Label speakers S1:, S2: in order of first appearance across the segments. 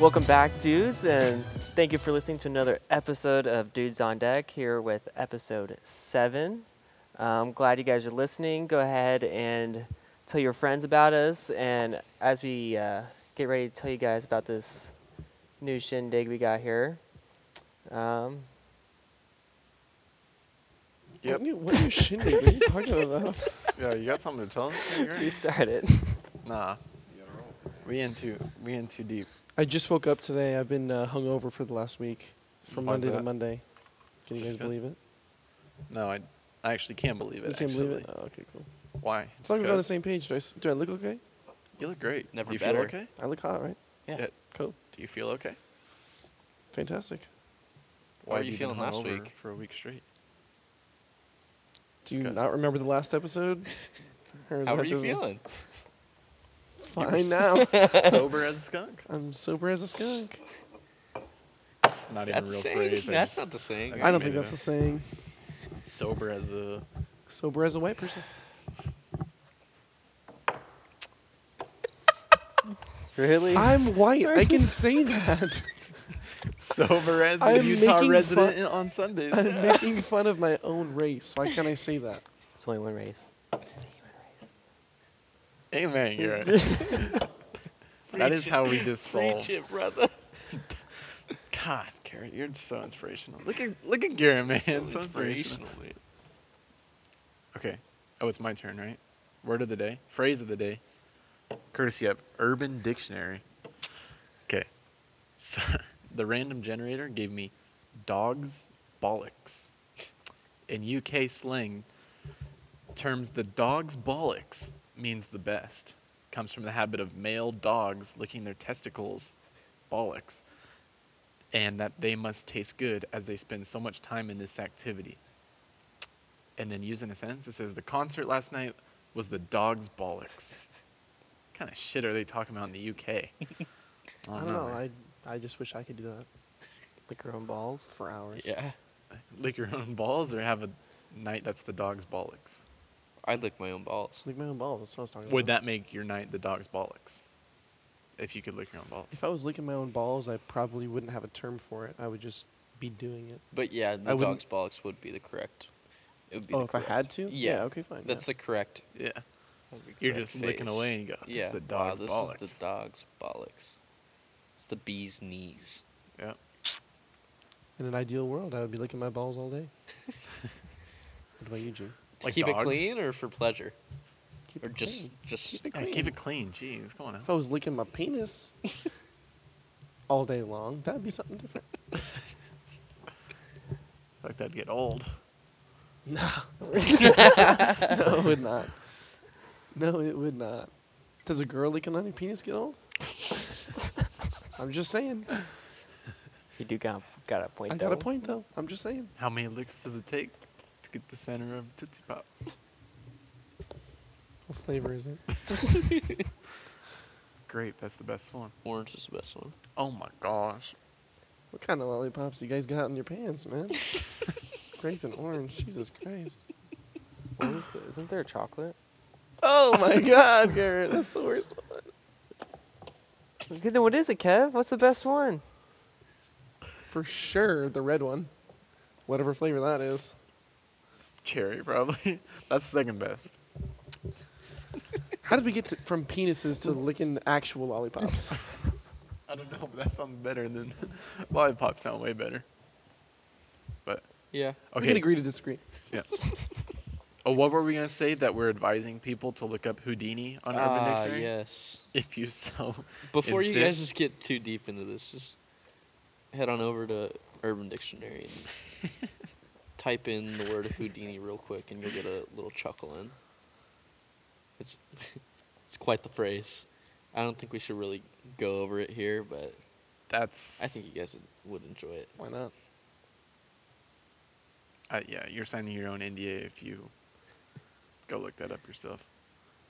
S1: Welcome back, dudes, and thank you for listening to another episode of Dudes on Deck here with episode seven. Uh, I'm glad you guys are listening. Go ahead and tell your friends about us. And as we uh, get ready to tell you guys about this new shindig we got here, um,
S2: Yep.
S3: What are you, what are you shindig? What are you talking about?
S2: Yeah, you got something to tell us?
S1: you started.
S2: nah. We in too. We in too deep.
S3: I just woke up today. I've been uh, hungover for the last week, from
S2: Why's
S3: Monday to
S2: that?
S3: Monday. Can you
S2: Just
S3: guys
S2: 'cause?
S3: believe it?
S2: No, I, I actually can't believe it.
S3: you can't believe it.
S2: actually.
S3: Oh, okay, cool.
S2: Why?
S3: As long as we're on the
S2: Discuss.
S3: same page, do I, s- do I look okay?
S2: You look great.
S4: Never
S2: Do you
S4: better.
S2: feel okay?
S3: I look hot, right?
S4: Yeah.
S3: Cool,
S2: Do you feel okay?
S3: fantastic.
S4: Why were
S2: have
S4: you
S2: been
S4: feeling last
S2: hungover
S4: week?
S2: For a week straight.
S3: Do you
S2: Discuss.
S3: not remember the last episode? Or is
S4: How
S3: that
S4: are you
S3: just me?
S4: feeling?
S3: Fine now.
S2: Sober as a skunk.
S3: I'm sober as a skunk.
S2: That's not
S4: Is
S2: even
S4: that
S2: a
S4: the
S2: real
S4: saying?
S2: phrase. I
S4: That's
S2: just-
S4: not the saying.
S2: I
S3: I don't
S2: made
S3: think
S2: it
S3: that's
S2: up.
S3: the saying.
S2: sober as a.
S3: Sober as a white person.
S1: Really?
S3: I'm white. I can say that.
S2: Sober as a
S3: I'm
S2: Utah
S3: making
S2: resident
S3: fun-
S2: in- on Sundays.
S3: I'm making fun of my own race. Why can't I say that?
S1: It's only one race. It's only one
S2: Amen. You're right. that is how we just solve.
S4: Preach it, brother.
S2: God, Garrett, you're so inspirational. Look at look at Garrett, man. So, inspirational.
S4: man.
S2: Okay. Oh, it's my turn, right? Word of the day, phrase of the day, courtesy of Urban Dictionary. Okay. So the random generator gave me dogs bollocks. In UK slang, terms the dog's bollocks means the best. Comes from the habit of male dogs licking their testicles, bollocks, and that they must taste good as they spend so much time in this activity and then used in a sentence. It says the concert last night was the dog's bollocks. kind of shit are they talking about in the UK? I
S3: I don't know.
S2: man.
S3: I I just wish I could do that
S1: Lick your own balls.
S3: for hours.
S4: Yeah.
S2: lick your own balls or have a night that's the dog's bollocks.
S4: I lick my own balls.
S3: Lick my own balls. That's what I was talking
S2: Would
S3: about.
S2: that make your night the dog's bollocks? If you could lick your own balls.
S3: If I was licking my own balls, I probably wouldn't have a term for it. I would just be doing it.
S4: But yeah, the
S3: I wouldn't-
S4: dog's bollocks would be the correct. It would be
S3: oh,
S4: the
S3: if I had
S4: correct-
S3: to?
S4: Yeah.
S3: okay, fine.
S4: That's the correct.
S2: Yeah.
S4: that's the
S2: You're
S4: correct
S2: just licking
S4: phase.
S2: away and you go, it's
S4: yeah.
S2: the
S4: wow,
S2: dog's
S4: this
S2: bollocks.
S4: is the dog's bollocks. It's the bee's knees.
S2: yeah.
S3: In an ideal world, I would be licking my balls all day. what about you, Gene?
S4: To
S2: Like
S4: keep
S2: dogs?
S4: it clean or for pleasure?
S3: Keep
S4: Or
S3: it
S4: just
S3: clean.
S4: just
S3: Keep it
S2: Yeah,
S3: clean.
S2: keep it clean. Jeez, come on
S3: If I
S2: now.
S3: was licking my penis all day long, that would be something different.
S2: Like that'd get old.
S3: No. no, it would not. No, it would not. Does a girl licking on your penis get old? I'm just saying.
S1: You do got, got a point,
S3: I got a
S1: though.
S3: point, though. I'm just saying.
S2: How many licks does it take to get the center of Tootsie Pop?
S3: What flavor is it?
S2: Grape, that's the best one.
S4: orange is the best one.
S2: Oh my gosh.
S3: What kind of lollipops you guys got in your pants, man? Grape and orange. Jesus Christ.
S1: What is the, isn't there a chocolate?
S3: Oh my God, Garrett, that's the worst one.
S1: Okay, Then what is it, Kev? What's the best one?
S3: For sure, the red one. Whatever flavor that is.
S2: Cherry, probably. That's second best.
S3: How did we get to, from penises to licking actual lollipops?
S2: I don't know, but that sounds better than lollipop. Sound way better. But
S4: Yeah.
S3: We
S2: okay.
S3: can agree to disagree.
S2: Yeah. oh, what were we gonna say? That we're advising people to look up Houdini on Urban
S4: Ah,
S2: Dictionary.
S4: yes.
S2: If you so.
S4: Before you guys
S2: insist.
S4: just get too deep into this, just head on over to Urban Dictionary and type in the word Houdini real quick, and you'll get a little chuckle in. It's it's quite the phrase. I don't think we should really go over it here, but
S2: That's.
S4: I think you guys would enjoy it.
S3: Why not?
S2: Uh, yeah, you're signing your own NDA if you go look that up yourself.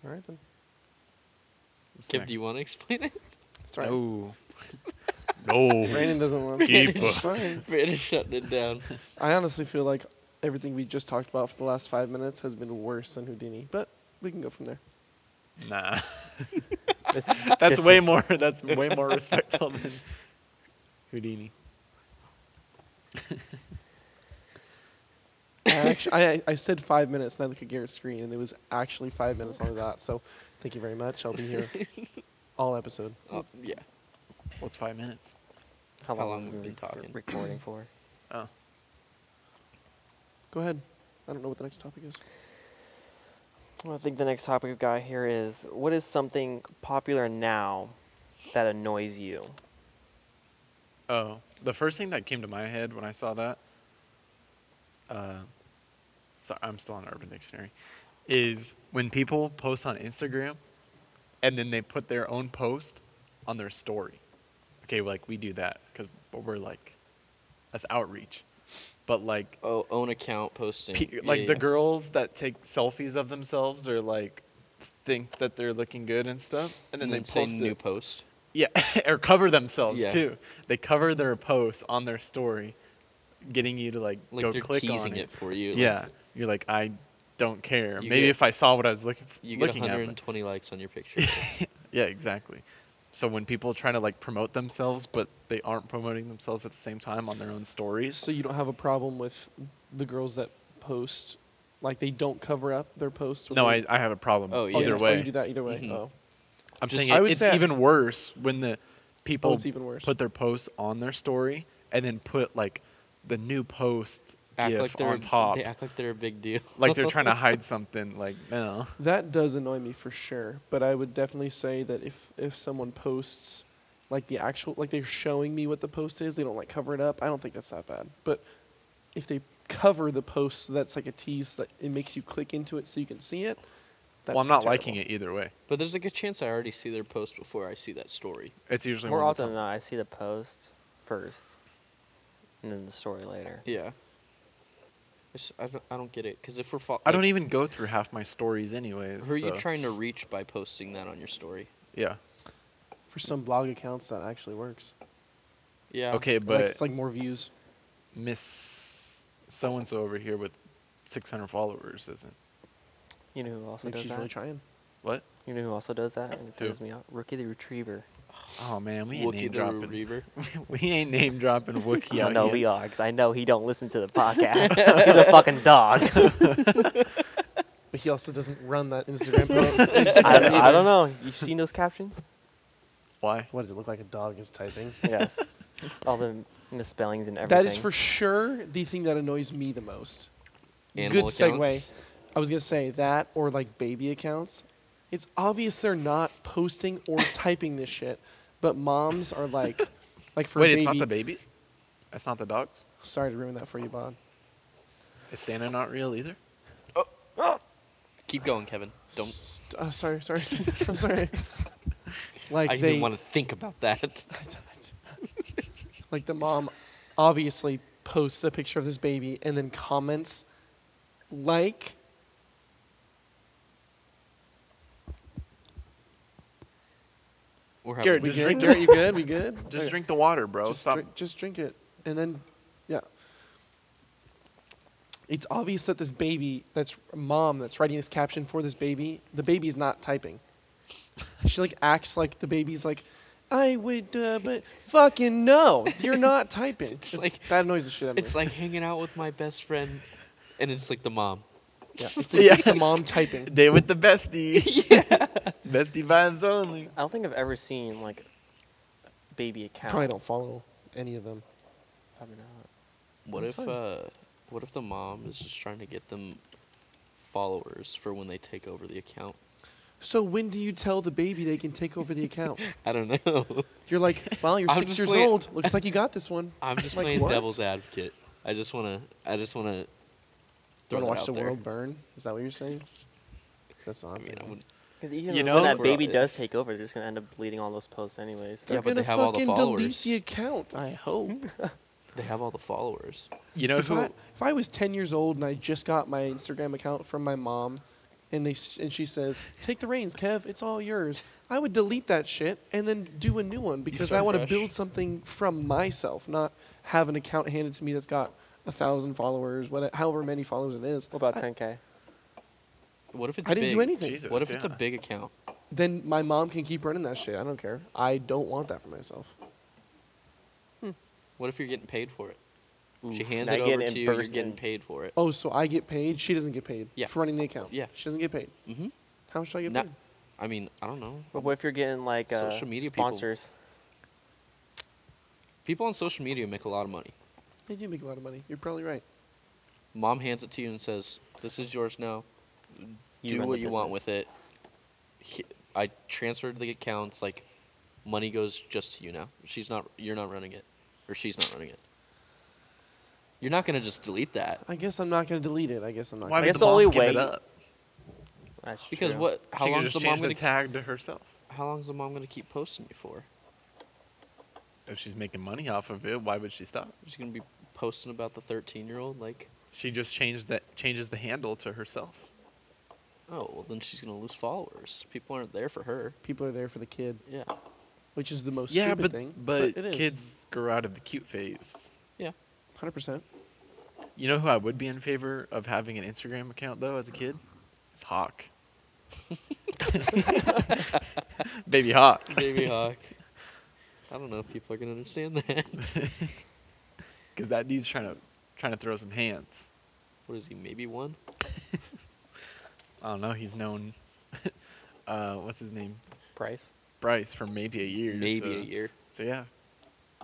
S3: All right then.
S2: What's
S4: Kev,
S2: next?
S4: do you want to explain it?
S3: It's all right.
S2: No. no.
S3: Brandon doesn't want
S2: Keep
S3: It's
S2: a-
S3: fine.
S4: Brandon's shutting it down.
S3: I honestly feel like everything we just talked about for the last five minutes has been worse than Houdini, but we can go from there.
S2: Nah.
S1: This is-
S2: That's
S1: this
S2: way
S1: is-
S2: more. That's way more respectful than Houdini.
S3: I, actually, I I said five minutes, and I look at Garrett's screen, and it was actually five minutes on the dot. So, thank you very much. I'll be here all episode.
S4: Oh, yeah.
S2: What's five minutes?
S1: How
S4: How long
S1: have
S4: we've been talking.
S1: recording for?
S2: Oh.
S3: Go ahead. I don't know what the next topic is.
S1: Well, I think the next topic we've got here is what is something popular now that annoys you?
S2: Oh, the first thing that came to my head when I saw that, uh, so I'm still on Urban Dictionary, is when people post on Instagram, and then they put their own post on their story. Okay, like we do that because we're like, that's outreach, but like,
S4: Oh, own account posting.
S2: pe-
S4: Yeah,
S2: like
S4: yeah,
S2: the
S4: yeah.
S2: girls that take selfies of themselves or like think that they're looking good and stuff, and then, they
S4: say
S2: post
S4: new
S2: it.
S4: post.
S2: Yeah, or cover themselves
S4: Yeah.
S2: too. They cover their posts on their story, getting you to like,
S4: Like
S2: go
S4: they're
S2: click
S4: teasing
S2: on
S4: it.
S2: it.
S4: for you. like,
S2: yeah, you're like I don't care.
S4: You
S2: Maybe
S4: get-
S2: if I saw what I was looking f-
S4: you get
S2: looking at.
S4: 120 likes on your picture.
S2: but- Yeah, exactly. So when people try to like promote themselves, but they aren't promoting themselves at the same time on their own stories.
S3: So you don't have a problem with the girls that post, like they don't cover up their posts. with
S2: no,
S3: their-
S2: I, I have a problem
S4: Oh, yeah.
S3: you-
S2: either way.
S3: you do that either way.
S1: Mm-hmm.
S4: Mhm.
S3: Oh,
S2: I'm
S4: Just-
S2: saying
S3: I
S2: it,
S3: would
S2: it's
S3: say I-
S2: even worse when the people
S4: Oh,
S3: it's even worse.
S2: put their posts on their story and then put like the new post
S4: act
S2: gif
S4: like they're
S2: on top.
S4: They act like they're a big deal.
S2: like they're trying to hide something. Like no,
S3: that does annoy me for sure. But I would definitely say that if if someone posts, like the actual, like they're showing me what the post is, they don't like cover it up. I don't think that's that bad. But if they cover the post, so that's like a tease that it makes you click into it so you can see it. That's
S2: well, I'm not
S3: terrible.
S2: liking it either way.
S4: But there's like a chance I already see their post before I see that story.
S2: It's usually
S1: More
S2: one
S1: often
S2: time.
S1: than not, I see the post first and then the story later.
S4: Yeah. It's- I don't, I don't get it because if we're fo-
S2: I don't
S4: like,
S2: even go through half my stories anyways.
S4: Who are you
S2: so-
S4: trying to reach by posting that on your story?
S2: Yeah.
S3: For some blog accounts, that actually works.
S4: Yeah.
S2: Okay,
S3: But
S2: but
S3: like, it's like more views.
S2: Miss so and so over here with 600 followers isn't
S1: You know who also
S3: Maybe
S1: does
S3: she's
S1: that?
S3: really trying.
S2: what?
S1: You know who also does that? And it
S2: Who?
S1: throws me off. Rookie the Retriever.
S2: Oh man, we ain't
S4: Wookie
S2: name
S4: the
S2: dropping.
S4: Reaver.
S2: we ain't name dropping Wookie.
S1: I
S2: out
S1: know
S2: here.
S1: we are, because I know he don't listen to the podcast. He's a fucking dog.
S3: But he also doesn't run that Instagram pro-
S1: I, I don't know. You seen those captions?
S2: Why?
S3: What does it look like a dog is typing?
S1: Yes. All the misspellings and everything.
S3: That is for sure the thing that annoys me the most.
S4: Animal
S3: Good segue.
S4: accounts.
S3: I was gonna say that or like baby accounts. It's obvious they're not posting or typing this shit, but moms are like, like for
S2: Wait,
S3: baby.
S2: it's not the babies. That's not the dogs.
S3: Sorry to ruin that for you, Bob.
S2: Is Santa not real either?
S4: Keep going, Kevin. Don't.
S3: St- uh, sorry, sorry. I'm sorry. Like
S4: I
S3: they
S4: didn't want to think about that.
S3: like the mom obviously posts a picture of this baby and then comments like
S4: We're having
S2: Garrett,
S3: we
S2: Just
S3: good?
S2: drink
S3: Garrett, you good? We good?
S2: Just
S3: Okay.
S2: drink the water, bro.
S3: Oh, just
S2: Stop.
S3: drink- just drink it, and then, yeah. It's obvious that this baby, that's mom, that's writing this caption for this baby. The baby's not typing. She like acts like the baby's like, I would, uh, but fucking no, you're not typing. it's
S4: like-
S3: that annoys the shit out of me.
S4: It's like hanging out with my best friend, and it's like the mom.
S3: yeah, it's, like,
S2: Yeah.
S3: it's the mom typing.
S2: Day with the bestie. Bestie vibes only.
S1: I don't think I've ever seen like baby account.
S3: Probably don't follow any of them.
S1: Probably not.
S4: What
S3: That's
S4: if uh, what if the mom is just trying to get them followers for when they take over the account?
S3: So when do you tell the baby they can take over the account?
S4: I don't know.
S3: You're like, wow, you're
S4: I'm
S3: six
S4: just
S3: years
S4: playing-
S3: old. Looks like you got this one.
S4: I'm just
S3: Like
S4: playing
S3: what?
S4: devil's advocate. I just wanna. I just wanna.
S3: Do
S4: throw
S3: you want
S4: that
S3: to watch
S4: out
S3: the
S4: there.
S3: world burn? Is that what you're saying? That's not.
S4: I mean, I wouldn't.
S1: Because even
S2: You
S1: when
S2: know-
S1: that baby
S4: Yeah.
S1: does take over, they're just gonna end up deleting all those posts anyways.
S3: They're
S4: Yeah, but
S3: gonna
S4: they have all the
S3: fucking delete
S4: followers.
S3: the account. I hope.
S4: They have all the followers.
S2: You know
S3: if,
S2: who?
S3: I, if I was 10 years old and I just got my Instagram account from my mom, and they s- and she says, "Take the reins, Kev. It's all yours." I would delete that shit and then do a new one because I
S4: start
S3: want to
S4: fresh.
S3: build something from myself, not have an account handed to me that's got a thousand followers, what, however many followers it is.
S1: What about
S3: I-
S1: 10k?
S4: What if it's?
S3: I didn't do
S4: big?
S3: anything.
S2: Jesus,
S4: What if it's a
S2: yeah.
S4: big account?
S3: Then my mom can keep running that shit. I don't care. I don't want that for myself.
S4: What if you're getting paid for it? she
S1: Oof,
S4: hands
S1: now
S4: it
S1: get
S4: over
S1: in
S4: to you. You're
S1: person.
S4: getting paid for it.
S3: Oh, so I get paid. She doesn't get paid.
S4: Yeah.
S3: For running the account.
S4: Yeah.
S3: She doesn't get paid.
S4: Mm-hmm.
S3: How much do I get
S4: No.
S3: paid?
S4: I mean, I don't know.
S1: But what if you're getting like uh,
S4: Social media people.
S1: sponsors?
S4: People on social media make a lot of money.
S3: They do make a lot of money. You're probably right.
S4: Mom hands it to you and says, "This is yours now.
S1: You
S4: Do
S1: run
S4: what
S1: the
S4: you want
S1: business.
S4: with it." He- I transferred the accounts. Like, money goes just to you now. She's not. You're not running it, or she's not running it. You're not gonna just delete that
S3: I guess I'm not going to delete it. I guess I'm not.
S2: Why
S3: gonna
S2: would
S1: guess the
S2: the, mom
S1: only
S2: give
S1: way-
S2: it up?
S1: That's
S4: because
S1: true.
S4: what? How
S2: she could
S4: long's
S2: just
S4: the mom
S2: change the
S4: gonna?
S2: tag to herself.
S4: how long's the mom gonna keep posting you for?
S2: If she's making money off of it, why would she stop?
S4: She's gonna be posting about the 13 year old. Like,
S2: She just changed that changes the handle to herself.
S4: oh, well then she's gonna lose followers. People aren't there for her.
S3: People are there for the kid,
S4: Yeah.
S3: which is the most
S2: yeah,
S3: stupid
S2: but,
S3: thing.
S2: but
S3: it is.
S2: kids grow out of the cute phase.
S4: Yeah.
S3: 100%.
S2: You know who I would be in favor of having an Instagram account though as a kid? It's Hawk. Baby Hawk.
S4: Baby Hawk. I don't know if people are gonna understand that.
S2: Because that dude's trying to trying to throw some hands.
S4: what is he? Maybe one.
S2: I don't know. He's known. uh, what's his name?
S1: price?
S2: Bryce for maybe a year.
S4: Maybe
S2: so,
S4: a year.
S2: So yeah,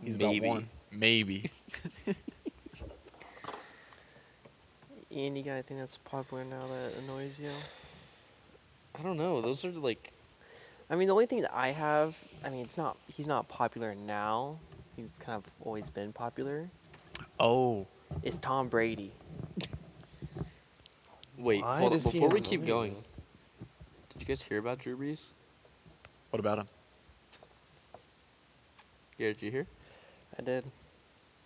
S2: he's
S4: Maybe.
S2: about one. Maybe.
S1: Ian, you got anything that's popular now that annoys you?
S4: I don't know. Those are like
S1: I mean, the only thing that I have, I mean, it's not he's not popular now. He's kind of always been popular.
S2: oh,
S1: Is Tom Brady?
S4: wait.
S3: Why
S4: Hold on.
S3: does he
S4: Before we keep
S3: annoy
S4: going,
S3: you?
S4: did you guys hear about Drew Brees?
S2: what about him?
S4: Yeah, did you hear?
S1: I did.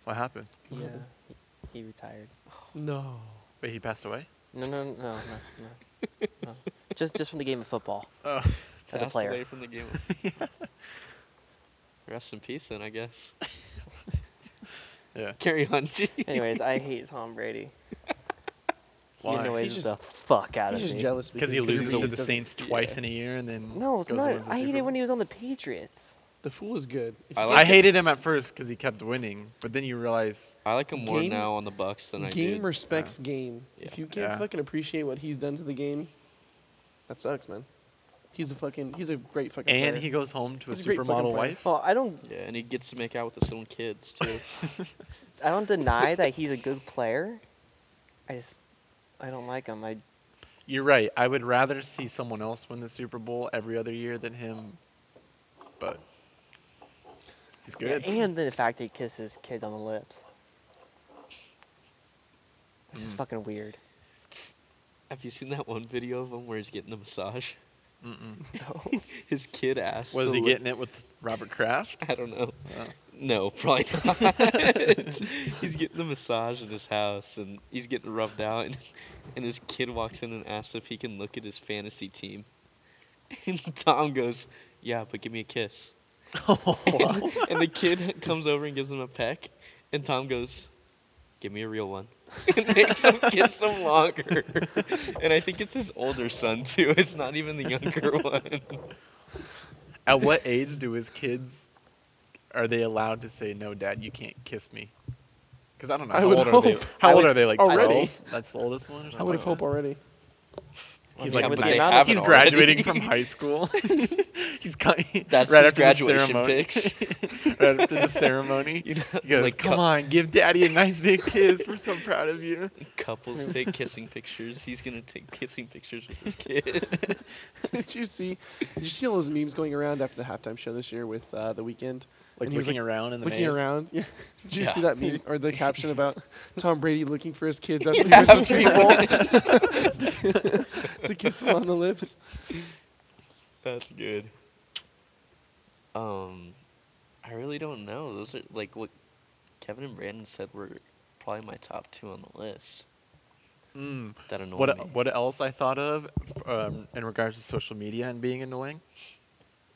S2: What happened?
S1: Yeah,
S3: What happened?
S1: he, he retired.
S3: No.
S2: Wait, he passed away.
S1: No, no, no, no, no. no. Just, just from the game of football
S2: Oh,
S1: as a
S4: Passed
S1: player.
S4: away from the game. of- Rest in peace, then I guess.
S2: yeah.
S4: Carry on. G.
S1: Anyways, I hate Tom Brady. He
S2: Why?
S1: annoys
S3: He's
S1: the
S3: just-
S1: fuck out
S3: He's
S1: of
S3: just
S1: me.
S3: jealous
S2: Because he
S3: Drew
S2: loses
S3: Brees
S2: to the
S3: doesn't-
S2: Saints
S4: yeah.
S2: twice in a year, and then
S1: No, it's
S2: goes and wins
S1: not.
S2: the
S1: I
S2: Super
S1: hate it
S2: Bowl.
S1: when he was on the Patriots.
S3: The fool is good. If
S4: I
S3: you
S4: like
S2: I
S4: it.
S2: hated him at first because he kept winning, but then you realize
S4: I like him more
S3: Game-
S4: now on the Bucks than I
S3: game
S4: did.
S3: respects game.
S4: Yeah.
S3: If you can't
S2: Yeah.
S3: fucking appreciate what he's done to the game, that sucks, man. He's a fucking. He's a great fucking.
S2: and
S3: player.
S2: he goes home to a
S3: He's a great fucking
S2: supermodel
S3: player.
S2: wife.
S1: Well, I don't,
S4: yeah, and he gets to make out with his own kids too.
S1: I don't deny that he's a good player. I just, I don't like him. I
S2: You're right. I would rather see someone else win the Super Bowl every other year than him, but he's
S1: Yeah,
S2: good.
S1: and the fact that he kisses kids on the lips. It's just
S2: Mm.
S1: fucking weird.
S4: Have you seen that one video of him where he's getting a massage?
S2: Mm-mm.
S3: Oh.
S4: His kid asked.
S2: Was
S4: to
S2: he
S4: lick-
S2: getting it with Robert Kraft?
S4: I don't know.
S2: Oh.
S4: No, probably not. he's getting the massage in his house, and he's getting rubbed out, and, and his kid walks in and asks if he can look at his fantasy team. And Tom goes, "Yeah, but give me a kiss." And, and the kid comes over and gives him a peck, and Tom goes, "Give me a real one." and makes him kiss him longer. and I think it's his older son too. It's not even the younger one.
S2: At what age do his kids are they allowed to say no, Dad? You can't kiss me. Because I don't know
S3: I
S2: how
S3: would
S2: old are they.
S3: hope- I
S2: How old
S3: would-
S2: are they? Like
S3: already.
S2: twelve. That's the oldest one. Or something
S3: I would have
S2: like
S3: hoped
S2: that?
S3: already.
S2: He's
S1: Yeah,
S2: like
S1: but
S2: nine-
S1: they
S4: haven't
S2: he's
S4: already.
S2: graduating from high school. he's got,
S4: That's
S2: right
S4: his
S2: after the
S4: graduation
S2: ceremony.
S4: pics.
S2: right after the ceremony,
S4: You know,
S2: he goes,
S4: like
S2: "Come
S4: cup-
S2: on, give Daddy a nice big kiss. We're so proud of you."
S4: Couples take kissing pictures. He's gonna take kissing pictures with his kid.
S3: did you see? Did you see all those memes going around after the halftime show this year with uh, the weekend?
S2: Like
S3: he was,
S2: looking around in the
S3: looking
S2: maze.
S3: around. Yeah. Did you see
S4: Yeah.
S3: that meme or the caption about Tom Brady looking for his kids after
S4: Yeah,
S3: he wins the
S4: I've
S3: Super Bowl to kiss him on the lips?
S4: That's good. Um, I really don't know. Those are like what Kevin and Brandon said were probably my top two on the list.
S2: Mm.
S4: That annoyed
S2: What
S4: me.
S2: what else I thought of um, in regards to social media and being annoying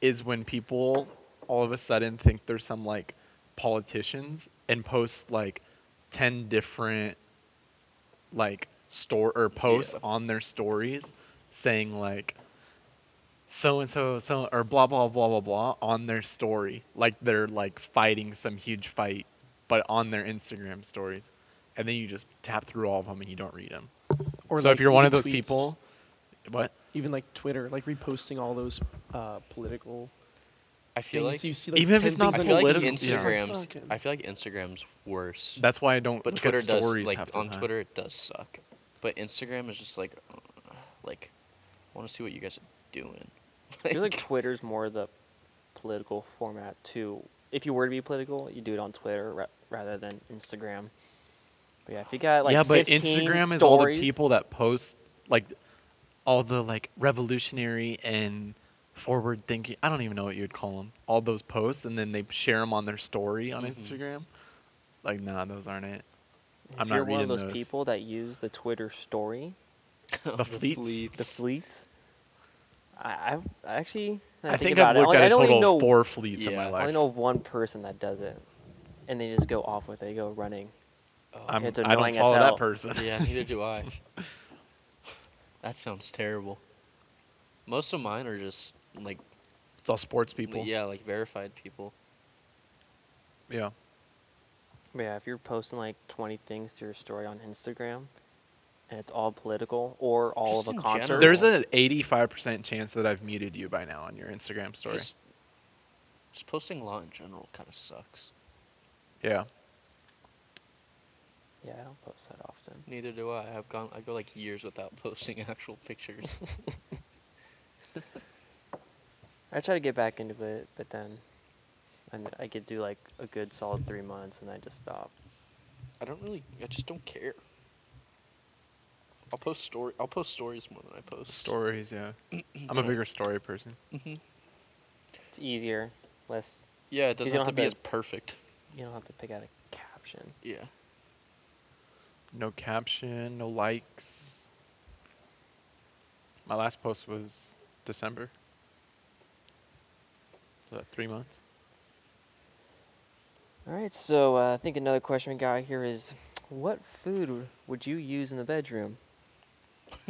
S2: is when people all of a sudden think they're some like politicians and post like ten different like store or posts
S4: Yeah.
S2: on their stories saying like so and so so or blah blah blah blah blah on their story like they're like fighting some huge fight but on their Instagram stories, and then you just tap through all of them and you don't read them.
S3: Or
S2: so
S3: like,
S2: if you're one of
S3: even
S2: those
S3: tweets,
S2: people, what?
S3: even like Twitter, like reposting all those uh, political
S4: I feel
S3: things
S4: like
S3: you see. Like
S2: even if
S3: 10
S2: it's not
S3: things
S4: I
S3: on
S4: feel like
S2: political-
S3: It's just like,
S4: Instagrams.
S3: fucking-
S4: I feel like Instagram's worse.
S2: That's why I don't
S4: But
S2: look
S4: Twitter
S2: at
S4: does
S2: stories half
S4: like
S2: the
S4: on
S2: time.
S4: Twitter it does suck. But Instagram is just like uh, like I want to see what you guys are doing.
S1: I feel like Twitter's more the political format too. If you were to be political, you do it on Twitter ra- rather than Instagram. But yeah, if you got like
S2: yeah, but
S1: 15
S2: Instagram
S1: stories,
S2: is all the people that post like all the like revolutionary and forward thinking. I don't even know what you'd call them. All those posts, and then they share them on their story on
S1: Mm-hmm.
S4: Mhm.
S2: Instagram. Like, nah, those aren't it.
S1: If
S2: I'm not
S1: you're one of
S2: reading
S1: those,
S2: those.
S1: people that use the Twitter story,
S2: The fleets.
S1: the fleets, I, I actually I,
S2: I think
S1: about
S2: I've
S1: it,
S2: looked
S1: I
S2: at a
S1: only
S2: total
S1: know,
S2: of four fleets in my
S4: yeah.
S1: I
S2: life.
S1: only know of one person that does it, and they just go off with it. They go running.
S2: I'm,
S1: It's
S2: I
S1: annoying as
S2: don't follow that
S1: hell.
S2: person.
S4: yeah, neither do I. That sounds terrible. Most of mine are just like
S2: It's all sports people.
S4: yeah, like verified people.
S2: Yeah.
S1: But yeah, if you're posting like 20 things to your story on Instagram, and it's all political or all
S4: Just
S1: of a
S4: in
S1: concert,
S4: general.
S2: There's an 85% chance that I've muted you by now on your Instagram story.
S4: Just, just posting law in general kind of sucks.
S2: yeah.
S1: yeah, I don't post that often.
S4: Neither do I. I've gone. I go like years without posting actual pictures.
S1: I try to get back into it, but then and I could do like a good solid three months and I just stop.
S4: I don't really. I just don't care. I'll post story. I'll post stories more than I post
S2: Stories, yeah. I'm a bigger story person.
S1: It's easier, less
S4: Yeah, it
S1: Because you
S4: doesn't have to
S1: don't
S4: be
S1: have
S4: as
S1: to-
S4: perfect.
S1: you don't have to pick out a caption.
S4: Yeah.
S2: No caption, no likes. My last post was December. So that three months.
S1: All right, so uh, I think another question we got here is, what food would you use in the bedroom?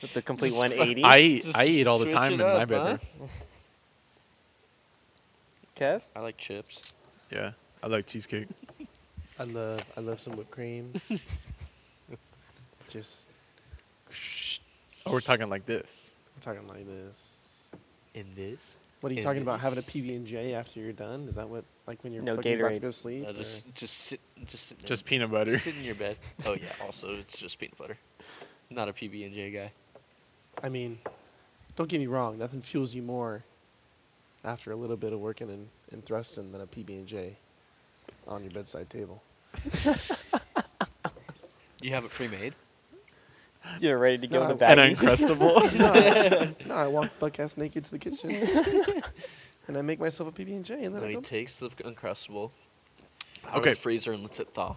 S1: That's a complete 180.
S2: I eat,
S4: Just
S2: I eat all the
S4: switch
S2: time in
S4: it up,
S2: my
S4: huh?
S2: bedroom.
S1: Kev,
S4: I like chips.
S2: Yeah. I like cheesecake.
S3: I love I love some whipped cream. Just
S2: Oh, we're talking like this.
S3: I'm talking like this.
S4: In this?
S3: What are you
S4: It
S3: talking about? Having a
S4: is-
S3: PB and J after you're done? Is that what like when you're
S1: No,
S3: fucking about to
S1: Gatorade.
S3: go to sleep?
S4: Uh,
S3: or-
S4: just, just sit, just sit. in-
S2: Just peanut butter.
S4: Sit in your bed. Oh yeah. Also, it's just peanut butter. Not a PB and J guy.
S3: I mean, don't get me wrong. Nothing fuels you more after a little bit of working and, and thrusting than a PB and J on your bedside table.
S4: Do you have it pre-made?
S1: you're ready to go
S3: No,
S1: in the
S3: I-
S2: An
S1: baggie.
S2: uncrustable.
S3: no, I, no, I walk buck ass naked to the kitchen, and I make myself a PB and J, and then
S4: No,
S3: I
S4: he
S3: go.
S4: takes the uncrustable. out of the
S2: okay.
S4: freezer and lets it thaw.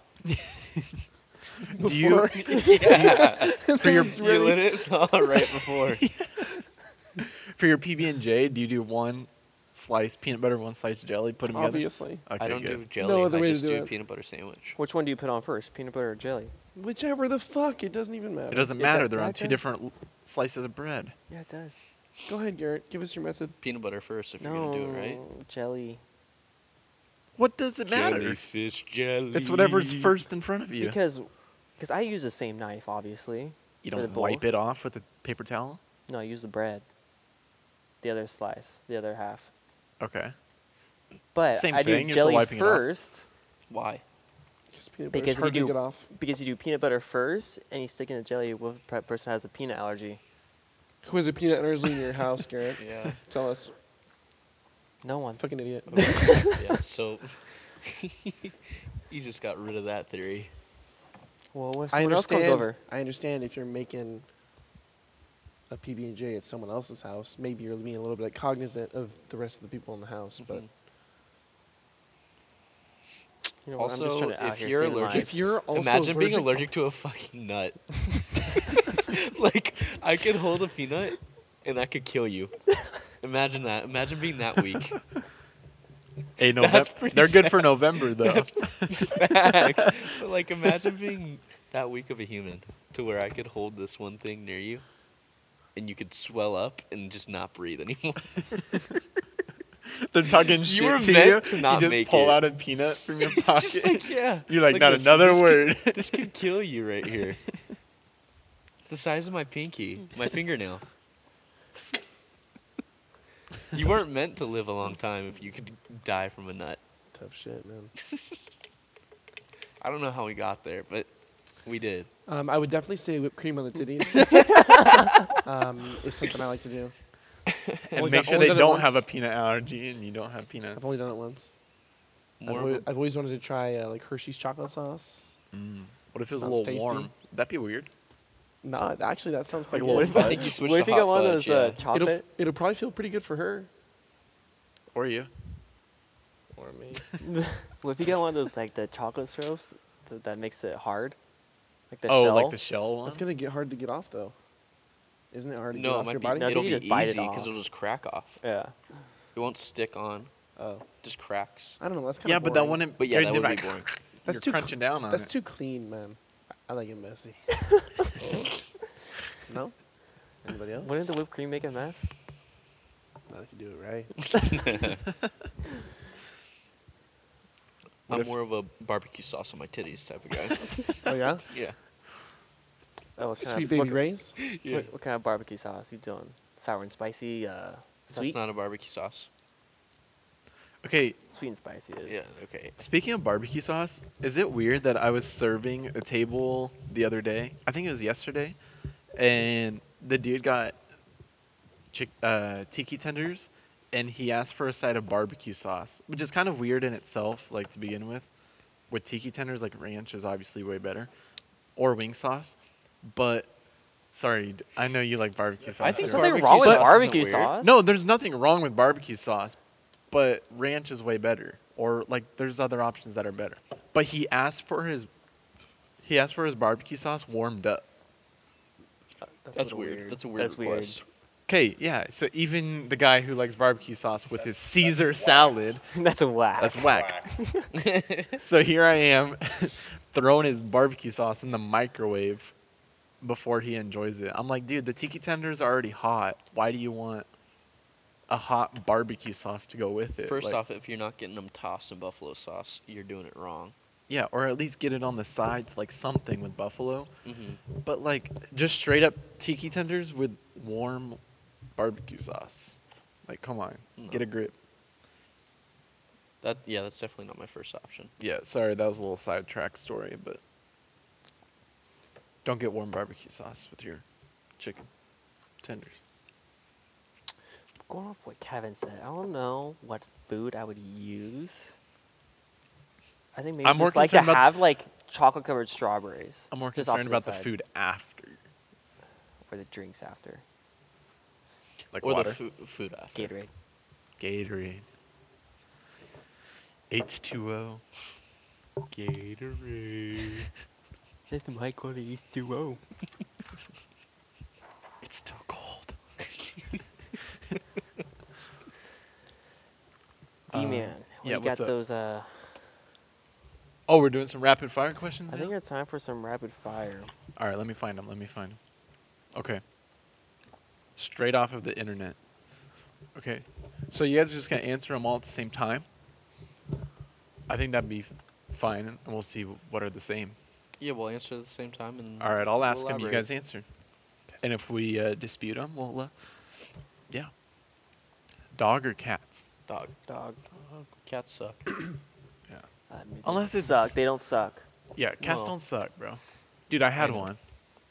S2: Do you for your
S3: It's ready.
S4: let it thaw right before.
S2: for your PB and J, do you do one slice peanut butter, one slice jelly, put them
S3: obviously,
S2: together? Okay,
S4: I don't
S2: good.
S4: do jelly.
S3: No other
S4: I
S3: way to
S4: just
S3: do
S4: do, a
S3: it.
S4: peanut butter sandwich.
S1: Which one do you put on first, peanut butter or jelly?
S3: whichever the fuck, it doesn't even matter.
S2: It doesn't
S1: It
S2: matter.
S1: does-
S2: They're
S1: yeah,
S2: on
S1: it
S2: two
S1: does.
S2: different l- slices of bread.
S1: Yeah, it does.
S3: Go ahead, Garrett. Give us your method.
S4: Peanut butter first if
S1: no,
S4: you're gonna do it right.
S1: jelly.
S2: What does it matter?
S4: Jellyfish jelly.
S2: It's whatever's first in front of you.
S1: Because, because I use the same knife, obviously.
S2: you
S1: for the
S2: don't wipe
S1: bowl.
S2: it off with a paper towel.
S1: No, I use the bread. The other slice, the other half.
S2: Okay.
S1: But
S2: Same
S1: I
S2: thing,
S1: do
S2: you're still
S1: jelly
S2: wiping it off.
S1: first
S4: Why?
S3: Because peanut
S1: Because if
S3: butter's
S1: you
S3: hard to
S1: do-
S3: get off.
S1: because you do peanut butter first, and you stick in the jelly with a pe- person who has a peanut allergy.
S3: Who has a peanut allergy in your house, Garrett?
S4: Yeah.
S3: Tell us.
S1: No one.
S3: Fucking idiot.
S4: yeah, so you just got rid of that theory.
S1: Well, what if
S3: I
S1: someone else comes
S3: understand.
S1: over?
S3: I understand if you're making a PB and J at someone else's house, maybe you're being a little bit cognizant of the rest of the people in the house. But
S4: Mhm.
S1: You know what, I'm just
S4: Also,
S1: trying to out
S4: if
S1: here
S4: you're
S1: stay in
S4: allergic,
S1: line.
S3: If you're also
S4: imagine being
S3: allergic
S4: allergic to a fucking nut. like I could hold a peanut and that could kill you. Imagine that. Imagine being that weak.
S2: Hey,
S4: That's
S2: Novem-
S4: pretty
S2: They're good for November though.
S4: Facts. But like imagine being that weak of a human to where I could hold this one thing near you and you could swell up and just not breathe anymore.
S2: They're talking shit
S4: were
S2: to
S4: meant
S2: you.
S4: to not
S2: you just
S4: make
S2: pull
S4: it.
S2: out a peanut from your pocket.
S4: Just like yeah.
S2: You're like, not
S4: this-
S2: another
S4: this could-
S2: word.
S4: this could kill you right here. the size of my pinky, my fingernail. You weren't meant to live a long time if you could die from a nut.
S3: Tough shit, man.
S4: I don't know how we got there, but we did.
S3: Um, I would definitely say whipped cream on the titties. um, is something I like to do.
S2: and make
S3: Only done-
S2: sure
S3: only
S2: they
S3: done it
S2: don't have a
S3: once.
S2: peanut allergy and you don't have peanuts.
S3: I've only done it once. I've,
S4: More
S3: always,
S4: of a-
S3: I've always wanted to try uh, like Hershey's chocolate sauce.
S2: Mm. What if it was a
S3: Sounds
S2: little
S3: tasty.
S2: warm? That'd be weird.
S3: Not actually. That sounds
S2: Like
S3: pretty
S2: what
S3: good.
S2: if
S4: I think you
S1: What
S4: switched
S1: if
S4: to
S1: you got
S4: hot
S1: one of
S4: fudge,
S1: those uh,
S4: yeah.
S3: it'll,
S1: chocolate?
S3: it'll probably feel pretty good for her
S2: Or you.
S3: or me.
S1: What if you got one of those like the chocolate strips that, that makes it hard? Like the
S2: oh,
S1: shell.
S2: like the shell one?
S3: That's gonna get hard to get off though. Isn't it hard to get
S4: No, it
S3: off your
S4: might
S3: body?
S4: be,
S1: No, I
S4: it'll
S1: think
S4: be
S1: you just bite it
S4: easy
S1: off.
S4: because it'll just crack off.
S1: yeah.
S4: It won't stick on,
S3: Oh,
S4: just cracks.
S3: I don't know. That's kind
S2: yeah,
S3: of
S2: but that wouldn't.
S4: But yeah,
S2: you're
S4: that would be
S2: like-
S4: boring.
S3: That's
S2: you're
S3: too cl-
S2: crunching down on
S3: That's
S2: it.
S3: too clean, man. I like it messy. no. Anybody else?
S1: Wouldn't the whipped cream make a mess?
S3: No, I can do it right.
S2: What
S4: I'm
S2: if-
S4: more of a barbecue sauce on my titties type of guy.
S3: oh yeah.
S4: yeah.
S1: Oh, what kind,
S3: Sweet
S1: of,
S3: baby
S1: what,
S3: rays.
S4: yeah.
S1: what- what kind of barbecue sauce you doing? Sour and spicy, uh, sweet,
S4: That's not a barbecue sauce.
S2: Okay,
S1: sweet and spicy is.
S4: Yeah, okay.
S2: Speaking of barbecue sauce, is it weird that I was serving a table the other day? I think it was yesterday, and the dude got chick, uh, tiki tenders, and he asked for a side of barbecue sauce, which is kind of weird in itself, like to begin with. With tiki tenders, like ranch is obviously way better, or wing sauce, but sorry, d- I know you like barbecue sauce.
S4: I think
S1: There's
S2: too.
S1: nothing
S4: Barbecue
S1: wrong with
S4: sauce isn't
S1: barbecue
S4: weird.
S1: sauce.
S2: No, there's nothing wrong with barbecue sauce, but ranch is way better. Or like there's other options that are better. But he asked for his he asked for his barbecue sauce warmed up.
S1: that's,
S4: That's
S1: a little
S4: weird. That's a weird
S1: That's weird.
S4: request.
S2: Okay, yeah. So even the guy who likes barbecue sauce with his Caesar salad,
S1: that's a whack.
S2: that's whack. so here I am throwing his barbecue sauce in the microwave before he enjoys it. I'm like, dude, the tiki tenders are already hot. Why do you want a hot barbecue sauce to go with it?
S4: First
S2: Like-
S4: off, if you're not getting them tossed in buffalo sauce, you're doing it wrong.
S2: Yeah, or at least get it on the sides, like something with buffalo.
S4: Mm-hmm.
S2: But like just straight up tiki tenders with warm barbecue sauce. Like, come on, get a grip.
S4: That yeah, that's definitely not my first option.
S2: Yeah, sorry, that was a little sidetrack story, but don't get warm barbecue sauce with your chicken tenders.
S1: Going off what Kevin said, I don't know what food I would use. I think maybe
S2: I'm more
S1: just like to
S2: concerned about-
S1: have like chocolate covered strawberries.
S2: I'm more
S1: just off
S2: concerned
S1: to
S2: about the,
S1: side,
S2: food after,
S1: or the drinks after
S2: like
S4: or
S2: water,
S4: the fu- food after.
S1: Gatorade.
S2: Gatorade, H2O.
S4: Gatorade.
S1: If my quality is too low.
S2: It's still cold.
S1: B
S2: Uh,
S1: man,
S2: yeah,
S1: you
S2: what's
S1: got
S2: up?
S1: those. Uh,
S2: Oh, we're doing some rapid fire questions.
S1: I
S2: now?
S1: think it's time for some rapid fire.
S2: All right, let me find them. Let me find them. Okay. Straight off of the internet. Okay. So you guys are just going to answer them all at the same time? I think that'd be f- fine, and we'll see wh- what are the same.
S4: Yeah, we'll answer at the same time and.
S2: All right, I'll
S4: we'll
S2: ask them. You
S4: elaborate.
S2: guys answer. And if we uh, dispute them, we'll. Uh, yeah. Dog or cats?
S4: Dog.
S1: Dog.
S4: Cats suck.
S2: Yeah.
S1: I mean, they
S2: Unless
S1: don't
S2: it's-
S1: Uh, suck, they don't suck.
S2: Yeah, cats
S4: Well-
S2: don't suck, bro. Dude, I had
S4: know.
S2: one.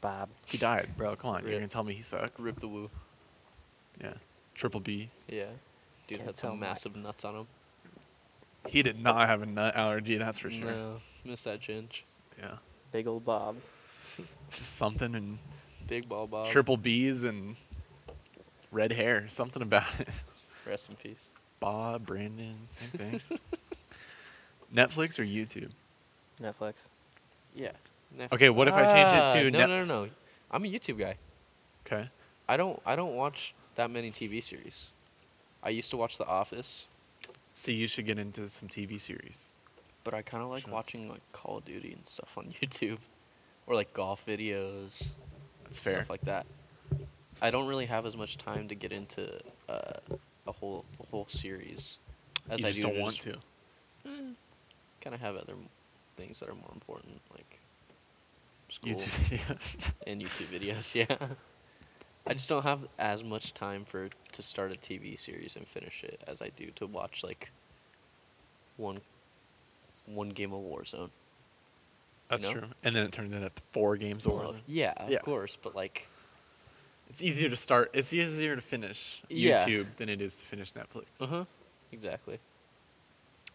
S1: Bob.
S2: He died, bro. Come on, you're
S4: Rip.
S2: going to tell me he sucks?
S4: Rip the woo.
S2: Yeah. Triple B.
S4: Yeah. Dude
S1: Can't
S4: had
S1: tell
S4: some
S1: my-
S4: massive nuts on him.
S2: He did not have a nut allergy, that's for sure.
S4: No, miss that ginge.
S2: Yeah.
S1: Big old Bob.
S2: Just something and
S4: Big ball bob.
S2: triple B's and red hair. Something about it.
S4: Rest in peace.
S2: Bob, Brandon, same thing. Netflix or YouTube?
S1: Netflix.
S4: Yeah. Nah.
S2: Okay, what if I
S4: Ah,
S2: change it to
S4: no,
S2: Net?
S4: no, no, no. I'm a YouTube guy.
S2: Okay.
S4: I don't. I don't watch that many TV series. I used to watch The Office,
S2: See, you should get into some TV series.
S4: but I kind of like
S2: Sure.
S4: watching like Call of Duty and stuff on YouTube, or like golf videos,
S2: That's fair.
S4: stuff like that. I don't really have as much time to get into uh, a whole multiple series. As
S2: you
S4: I
S2: just
S4: do
S2: don't want to.
S4: Kind of have other m- things that are more important, like school
S2: YouTube videos.
S4: and YouTube videos. Yeah, I just don't have as much time for to start a TV series and finish it as I do to watch like one one game of Warzone.
S2: That's
S4: know?
S2: true. And then it turns into four games of
S4: Well,
S2: Warzone.
S4: yeah, of
S2: Yeah.
S4: course, but like
S2: It's easier to start. It's easier to finish
S4: Yeah.
S2: YouTube than it is to finish Netflix.
S4: Uh huh. Exactly.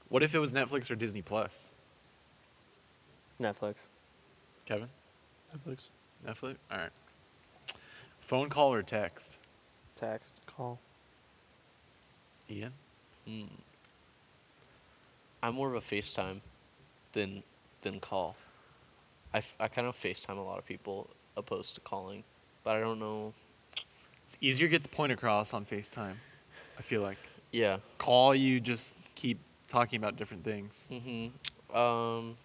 S2: What if it was Netflix or Disney Plus?
S1: Netflix.
S2: Kevin,
S3: Netflix.
S2: Netflix. All right. Phone call or text?
S1: Text.
S3: Call.
S2: Ian.
S4: Mm. I'm more of a FaceTime than than call. I, f- I kind of FaceTime a lot of people opposed to calling, but I don't know.
S2: It's easier to get the point across on FaceTime. I feel like
S4: Yeah.
S2: call you just keep talking about different things.
S4: hmm Um.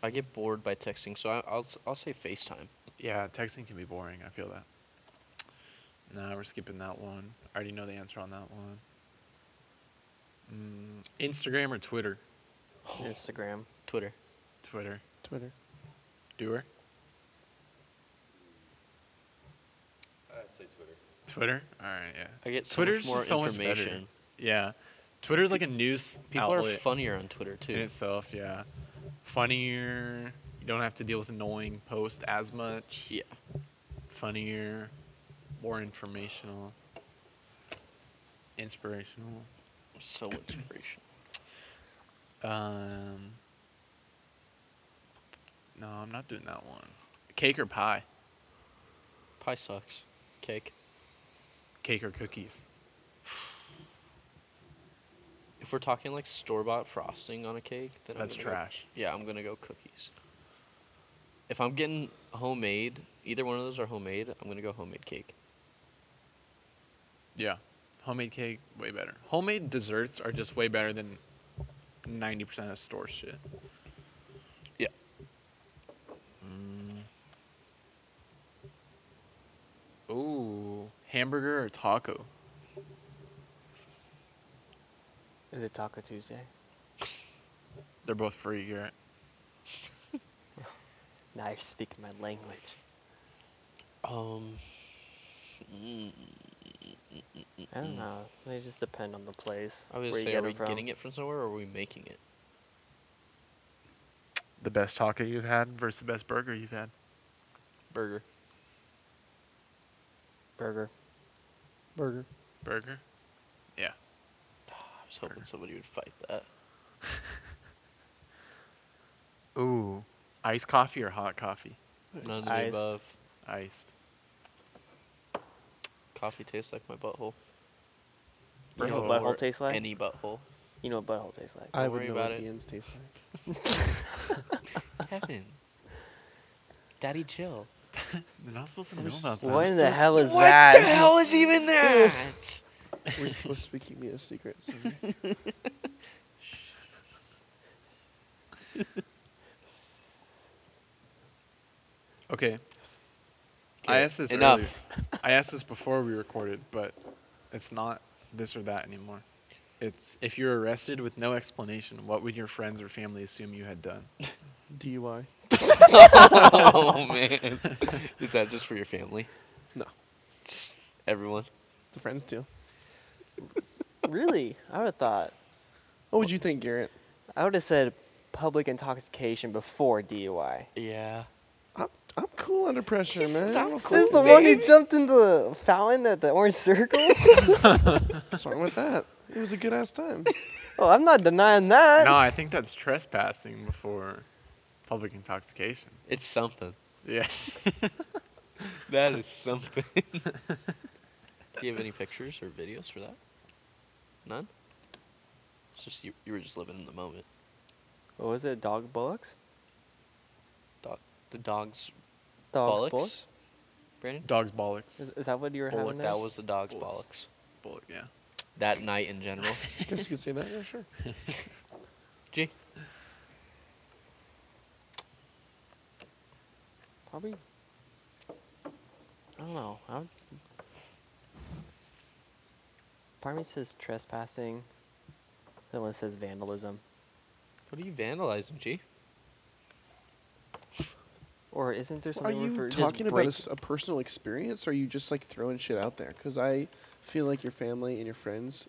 S4: I get bored by texting, so I, I'll s- I'll say FaceTime.
S2: Yeah, texting can be boring. I feel that. Nah, we're skipping that one. I already know the answer on that one. Mm, Instagram or Twitter?
S1: Instagram.
S4: Twitter.
S2: Twitter.
S3: Twitter.
S2: Doer?
S5: I'd say Twitter.
S2: Twitter? All right, yeah.
S4: I get so
S2: Twitter's
S4: much more
S2: just so much better.
S4: information.
S2: Yeah. Twitter's like a news
S4: people are
S2: outlet
S4: funnier on Twitter too.
S2: in itself, yeah. Funnier. You don't have to deal with annoying posts as much.
S4: yeah.
S2: Funnier. More informational. Inspirational.
S4: So inspirational.
S2: Um, no, I'm not doing that one. Cake or pie?
S4: Pie sucks. Cake.
S2: Cake or cookies?
S4: If we're talking like store bought frosting on a cake, then
S2: That's
S4: I'm gonna go-
S2: trash.
S4: yeah, I'm gonna go cookies. If I'm getting homemade, either one of those are homemade. I'm gonna go homemade cake.
S2: Yeah. Homemade cake, way better. Homemade desserts are just way better than 90% of store shit.
S4: Yeah.
S2: Mm. Ooh. Hamburger or taco?
S1: Is it Taco Tuesday?
S2: They're both free, Garrett.
S1: Now you're speaking my language.
S4: Um, mm,
S1: I don't know. They just depend on the place.
S4: I was
S1: where
S4: gonna
S1: you
S4: say,
S1: get
S4: are we
S1: from.
S4: getting it from somewhere or are we making it?
S2: The best taco you've had versus the best burger you've had.
S4: Burger.
S1: Burger.
S3: Burger.
S2: Burger? Yeah.
S4: I was hoping somebody would fight that.
S2: Ooh. Iced coffee or hot coffee?
S4: None of the
S1: Iced.
S4: above.
S2: Iced.
S4: Coffee tastes like my butthole.
S1: You know
S2: Burger
S1: what
S4: or
S1: butthole tastes like?
S4: Any butthole.
S1: You know what butthole tastes like?
S3: I
S4: Don't
S3: would
S4: worry
S3: know
S4: about
S3: what
S4: it.
S3: Ian's taste like.
S4: Heaven. Daddy, chill.
S2: They're not supposed to
S3: I'm
S2: know
S3: s-
S2: about that.
S1: What in the
S3: Just-
S1: hell is that?
S4: is even that?
S3: We're supposed to be keeping it a secret. So we-
S2: Okay. I asked this
S4: Enough.
S2: earlier. I asked this before we recorded, but it's not this or that anymore. It's if you're arrested with no explanation, what would your friends or family assume you had done?
S3: DUI.
S4: oh man. Is that just for your family?
S3: No.
S4: Everyone?
S3: The friends do.
S1: really? I would have thought.
S3: What would you think, Garrett?
S1: I would have said public intoxication before DUI.
S4: Yeah.
S3: I'm, I'm cool under pressure, man.
S1: This is the one who jumped in the fountain at the orange circle.
S3: What's wrong with that? It was a good ass time.
S1: well, I'm not denying that.
S2: no, I think that's trespassing before public intoxication.
S4: It's something.
S2: Yeah.
S4: That is something. Do you have any pictures or videos for that? None? It's just you, you were just living in the moment.
S1: What was it? Dog bullocks?
S4: Dog, the dog's
S1: Dog
S4: bollocks?
S1: bullocks?
S4: Brandon?
S2: Dog's bollocks.
S1: Is, is that what you were having?
S2: Bullocks.
S1: there?
S4: That was the dog's
S2: Bollocks.
S4: bollocks.
S2: Bullock, yeah.
S4: That night in general.
S3: Guess you could say that. Yeah, sure.
S4: G.
S1: probably. I don't know. I would, Part of me says trespassing. The one says vandalism.
S4: What are you vandalizing, G?
S1: Or isn't there
S3: Are
S1: something where
S3: you
S1: for
S3: talking
S1: just
S3: about a,
S1: break-
S3: s- a personal experience, or are you just like throwing shit out there? Because I feel like your family and your friends,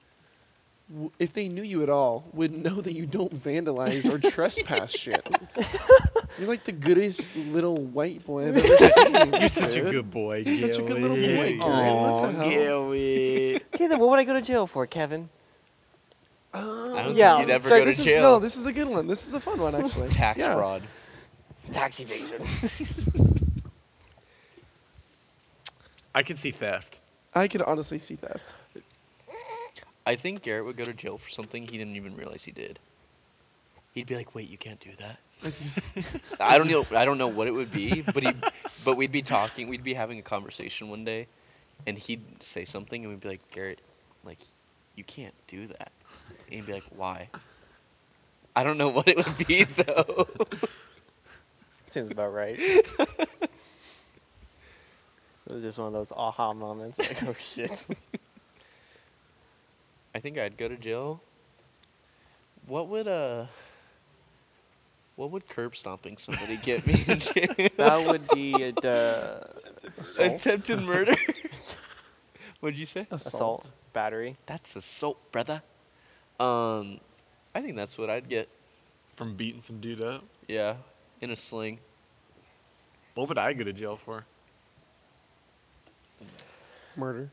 S3: w- if they knew you at all, would know that you don't vandalize or trespass shit. You're like the goodest little white boy I've ever seen.
S2: You're such a
S3: dude.
S2: good boy.
S3: You're such a good little
S2: Gary.
S3: boy, Gary. What the
S2: Aw,
S3: hell?
S2: Gary.
S1: Okay, then what would I go to jail for, Kevin?
S4: I don't
S1: Yeah,
S4: think you'd ever
S1: sorry,
S4: go to
S3: this is,
S4: jail.
S3: No, this is a good one. This is a fun one, actually.
S4: Tax
S3: Yeah.
S4: fraud.
S1: Tax evasion.
S2: I can see theft.
S3: I could honestly see that.
S4: I think Garrett would go to jail for something he didn't even realize he did. He'd be like, "Wait, you can't do that."
S3: Like he's,
S4: I don't know. I don't know what it would be, but he, but we'd be talking. We'd be having a conversation one day, and he'd say something, and we'd be like, Garrett, like, you can't do that. And he'd be like, Why? I don't know what it would be though.
S1: Seems about right. it was just one of those aha moments. Like, oh shit.
S4: I think I'd go to jail. What would uh? What would curb stomping somebody get me in jail?
S1: that would be a uh,
S5: Attempted
S3: Assault?
S4: Attempted murder. What'd you say?
S1: assault.
S3: Assault.
S1: battery.
S4: That's assault, brother. Um, I think that's what I'd get.
S2: From beating some dude up.
S4: Yeah, in a sling.
S2: What would I go to jail for?
S3: murder.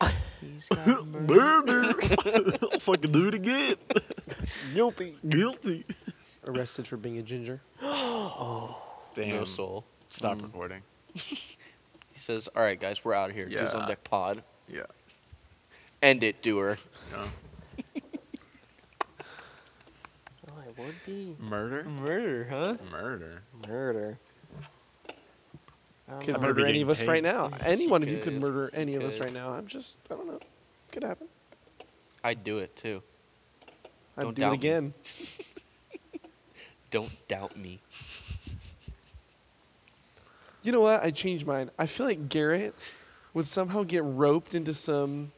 S2: Murder. I'll fucking do it again.
S1: Guilty.
S2: Guilty.
S3: Arrested for being a ginger.
S2: Damn. Mm.
S4: No soul.
S2: Stop recording.
S4: He says, "All right, guys, we're out of here. Dudes on
S2: Yeah.
S4: deck pod.
S2: Yeah.
S4: End it, doer.
S2: No.
S1: Oh, it would be
S2: Murder.
S4: Murder, huh?
S2: Murder.
S1: murder. Um,
S3: Could
S2: I'm gonna be
S3: murder any
S2: getting
S3: of us
S2: paid.
S3: right now. Anyone of you could
S4: Could.
S3: murder any of us
S4: Could.
S3: right now. I'm just, I don't know. Could happen.
S4: I'd do it too.
S3: I'd
S4: Don't
S3: do
S4: doubt
S3: it
S4: me.
S3: again.
S4: Don't doubt me.
S3: You know what? I changed mine. I feel like Garrett would somehow get roped into some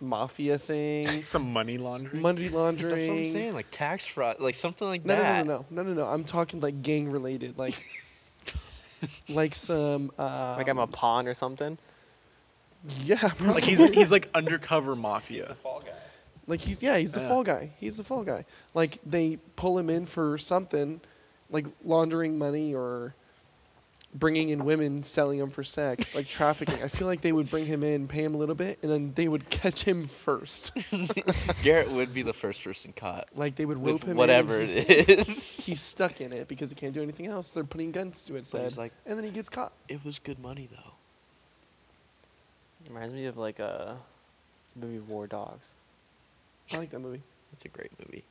S3: mafia thing,
S2: Some money laundering.
S3: money laundering.
S4: That's what I'm saying. Like tax fraud, like something like
S3: No, no,
S4: that.
S3: no, no, no, no, no, no. I'm talking like gang related, like, like some. Uh,
S1: like I'm a pawn or something.
S3: Yeah, bro.
S2: Like he's he's like undercover
S5: He's the
S2: mafia.
S5: fall guy.
S3: Like he's yeah, he's the
S2: Yeah.
S3: fall guy. He's the fall guy. Like they pull him in for something, like laundering money or bringing in women, selling them for sex, like trafficking. I feel like they would bring him in, pay him a little bit, and then they would catch him first.
S4: Garrett would be the first person caught
S3: like they would rope
S4: with
S3: him
S4: whatever
S3: in.
S4: it
S3: and he's-
S4: is.
S3: He's stuck in it because he can't do anything else. They're putting guns to his
S4: But he's
S3: head,
S4: like-
S3: and then he gets caught.
S4: it was good money though.
S1: Reminds me of like a movie War Dogs.
S3: I like that movie.
S4: It's a great movie.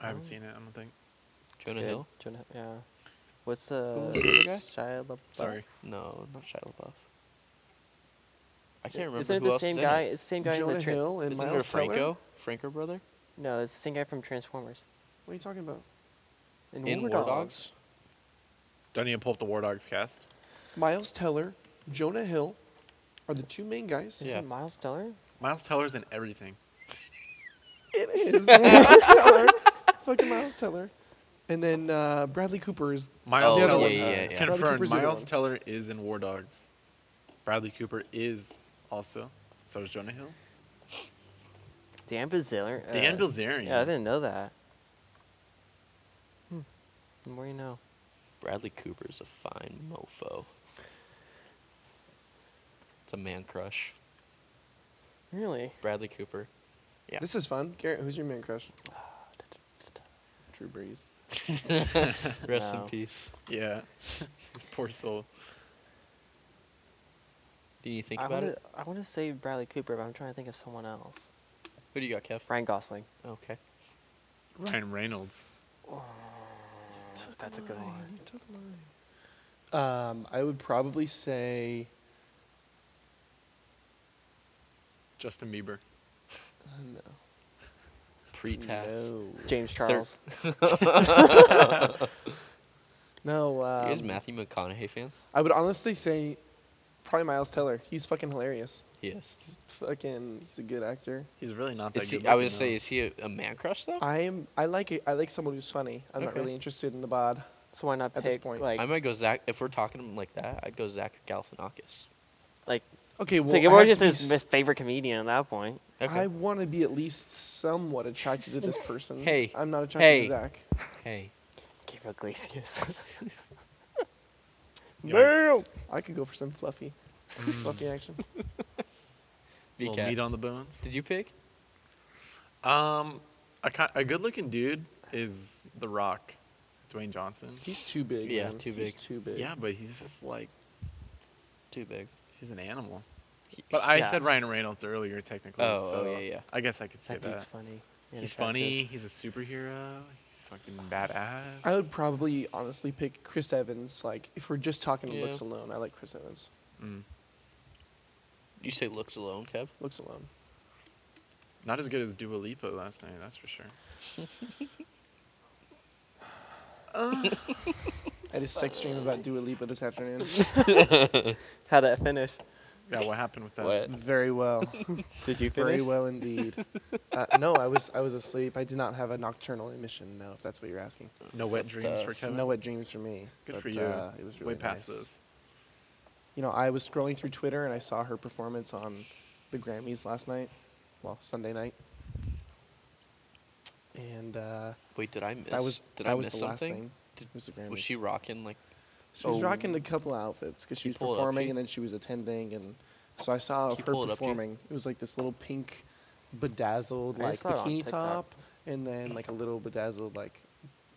S2: I haven't seen it. I don't think.
S1: It's
S4: Jonah
S1: good.
S4: Hill.
S1: Jonah. Yeah. What's uh?
S4: was the other guy?
S1: Shia LaBeouf.
S2: Sorry.
S4: No, not Shia LaBeouf. I can't remember
S1: Isn't it
S4: who
S1: the
S4: else
S1: same
S4: is in it.
S1: guy? It's the same guy in
S3: Jonah
S1: the tra-
S3: Hill and
S4: Isn't there
S3: Miles Teller.
S4: Franco? Franco brother?
S1: No, it's the same guy from Transformers.
S3: What are you talking about?
S1: In,
S4: In War Dogs?
S2: Do I need to pull up the War Dogs cast?
S3: Miles Teller, Jonah Hill, are the two main guys.
S1: Is
S4: Yeah.
S1: it Miles Teller?
S2: Miles Teller's in everything.
S3: It is. It's Miles Teller. Fucking Miles Teller. And then uh, Bradley Cooper is.
S2: Miles
S3: The other
S2: Teller.
S3: one,
S4: yeah, yeah, yeah.
S3: Bradley
S2: Confirmed.
S3: Cooper's the other
S2: Miles
S3: one.
S2: Teller is in War Dogs. Bradley Cooper is also. So is Jonah Hill.
S1: Dan Bilzerian.
S2: Dan
S1: uh,
S2: Bilzerian.
S1: Yeah, I didn't know that. Hmm. The more you know.
S4: Bradley Cooper's a fine mofo. It's a man crush.
S1: Really?
S4: Bradley Cooper. Yeah.
S3: This is fun. Garrett, who's your man crush? Drew Brees.
S4: Rest
S1: Wow.
S4: in peace.
S2: Yeah. this poor soul.
S4: Do you think
S1: I
S4: about
S1: wanna,
S4: it?
S1: I want to say Bradley Cooper, but I'm trying to think of someone else.
S4: Who do you got, Kev?
S1: Ryan Gosling.
S4: Okay.
S2: Ryan Reynolds.
S4: Oh,
S1: That's a good one.
S3: You took mine. Um, I would probably say.
S2: Justin Bieber.
S3: Uh, no.
S4: Pre tats.
S3: No.
S1: James Charles.
S3: No.
S4: You guys
S3: Um,
S4: Matthew McConaughey fans?
S3: I would honestly say probably Miles Teller. He's fucking hilarious.
S4: Yes.
S3: He's fucking. He's a good actor.
S2: He's really not that
S4: Is he,
S2: good.
S4: I would
S2: looking,
S4: say,
S2: though.
S4: is he a, a man crush though? I,
S3: I am. I like. it- I like someone who's funny. I'm not
S4: Okay.
S3: really interested in the bod.
S1: So why not pick
S3: At this point.
S1: like
S4: might go Zach. If we're talking to him like that, I'd go Zach Galifianakis.
S1: like
S3: Okay, well,
S1: it's like
S3: I
S1: it was
S3: have
S1: just
S3: to be
S1: his
S3: s-
S1: favorite comedian at that point.
S4: Okay.
S3: I want to be at least somewhat attracted to this person.
S4: Hey,
S3: I'm not attracted
S4: hey.
S3: to Zach.
S4: hey,
S1: Gabriel Iglesias.
S2: Yikes.
S3: I could go for some fluffy, fluffy action.
S2: Little
S4: VCat.
S2: meat on the bones.
S4: Did you pick?
S2: Um, a, ki- a good looking dude is The Rock, Dwayne Johnson.
S3: He's too big.
S4: Yeah,
S3: man.
S4: too
S3: He's
S4: big.
S3: too big.
S2: Yeah, but he's just like
S4: Too big.
S2: he's an animal. But I
S1: Yeah.
S2: said Ryan Reynolds earlier, technically.
S4: Oh,
S2: so
S4: oh, yeah, yeah.
S2: I guess I could say
S1: that
S2: that.
S1: dude's funny. and
S2: He's
S1: attractive.
S2: funny. He's a superhero. He's fucking badass.
S3: I would probably honestly pick Chris Evans. Like, if we're just talking
S4: Yeah.
S3: looks alone, I like Chris Evans.
S2: Mm.
S4: You say looks alone, Kev?
S3: Looks alone.
S2: Not as good as Dua Lipa last night, that's for sure.
S3: I just sex dream about Dua Lipa this afternoon.
S1: How'd that finish?
S2: Yeah, what happened with that?
S4: What?
S3: Very well.
S1: Did you
S3: Very
S1: finish?
S3: well indeed. Uh, no, I was I was asleep. I did not have a nocturnal emission. No, if that's what you're asking.
S2: No wet
S4: That's
S2: dreams
S4: tough.
S2: for Kevin.
S3: No wet dreams for me.
S2: Good
S3: but,
S2: for you.
S3: Uh, it was really
S2: Way past
S3: nice.
S2: those.
S3: You know, I was scrolling through Twitter and I saw her performance on the Grammys last night. Well, Sunday night. And uh,
S4: Wait, did I miss?
S3: that was
S4: did
S3: that
S4: I
S3: was
S4: miss
S3: the last
S4: something?
S3: thing.
S4: Did-
S3: was the Grammys.
S4: Was she rocking like?
S3: She was
S4: Oh.
S3: rocking a couple outfits because she
S4: You
S3: was
S4: pull it up,
S3: performing
S4: Pete?
S3: and then she was attending, and so I saw of
S4: you
S3: her
S4: pull it up, Pete?
S3: performing. It was like this little pink, bedazzled
S1: I
S3: like
S1: just saw it on
S3: bikini
S1: TikTok.
S3: top, and then like a little bedazzled like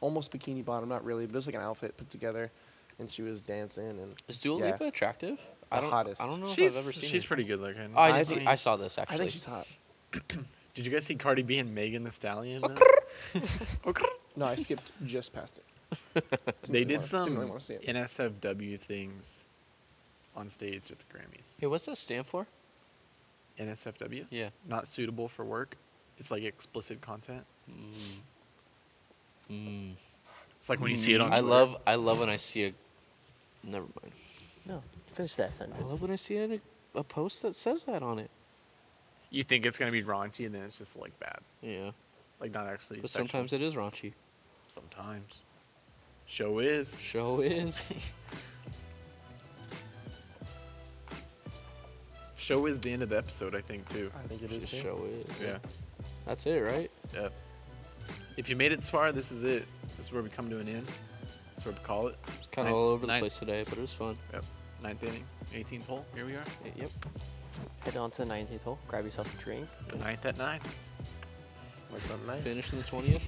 S3: almost bikini bottom, not really, but just like an outfit put together, and she was dancing and
S4: Is Dua
S3: Yeah.
S4: Lipa attractive? I
S3: The
S4: don't.
S3: hottest.
S4: I don't know
S2: She's,
S4: if I've ever seen.
S2: she's
S4: her.
S2: pretty good looking.
S4: Oh, I,
S3: I
S4: did see,
S3: think-
S4: I saw this actually.
S3: I think she's hot.
S2: Did you guys see Cardi B and Megan the Stallion? though?
S3: No, I skipped just past it. Didn't
S2: they
S3: really
S2: did
S3: wanna-
S2: some
S3: Didn't really want to see it.
S2: NSFW things on stage at the Grammys.
S4: Hey, what's that stand for?
S2: NSFW?
S4: Yeah.
S2: Not suitable for work. It's like explicit content.
S4: Mm. Mm.
S2: It's like when you see it on
S4: I
S2: Twitter.
S4: love. I love when I see a. Never mind.
S1: No, finish that
S4: I love
S1: sentence.
S4: when I see a, a post that says that on it.
S2: You think it's going to be raunchy and then it's just like bad.
S4: Yeah.
S2: Like not actually
S4: But
S2: sexual.
S4: sometimes it is raunchy.
S2: Sometimes. Show is.
S4: Show is.
S2: Show is the end of the episode, I think, too.
S3: I think it is too.
S4: show is.
S2: Yeah.
S4: That's it, right?
S2: Yep. If you made it this far, this is it. This is where we come to an end. That's where we call it.
S4: It's kind of
S2: Nine-
S4: all over the
S2: nine-
S4: place today, but it was fun.
S2: Yep. Ninth inning, 18th hole. Here we are.
S4: Yep.
S1: Head on to the 19th hole. Grab yourself a drink.
S2: The ninth at nine.
S3: Like something nice.
S4: Finish in the twentieth.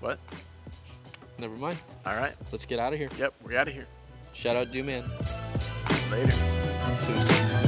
S2: What?
S4: Never mind.
S2: All right.
S4: Let's get out of here.
S2: Yep. We're out of here.
S4: Shout out, Dewman.
S2: Later.
S4: Deuces.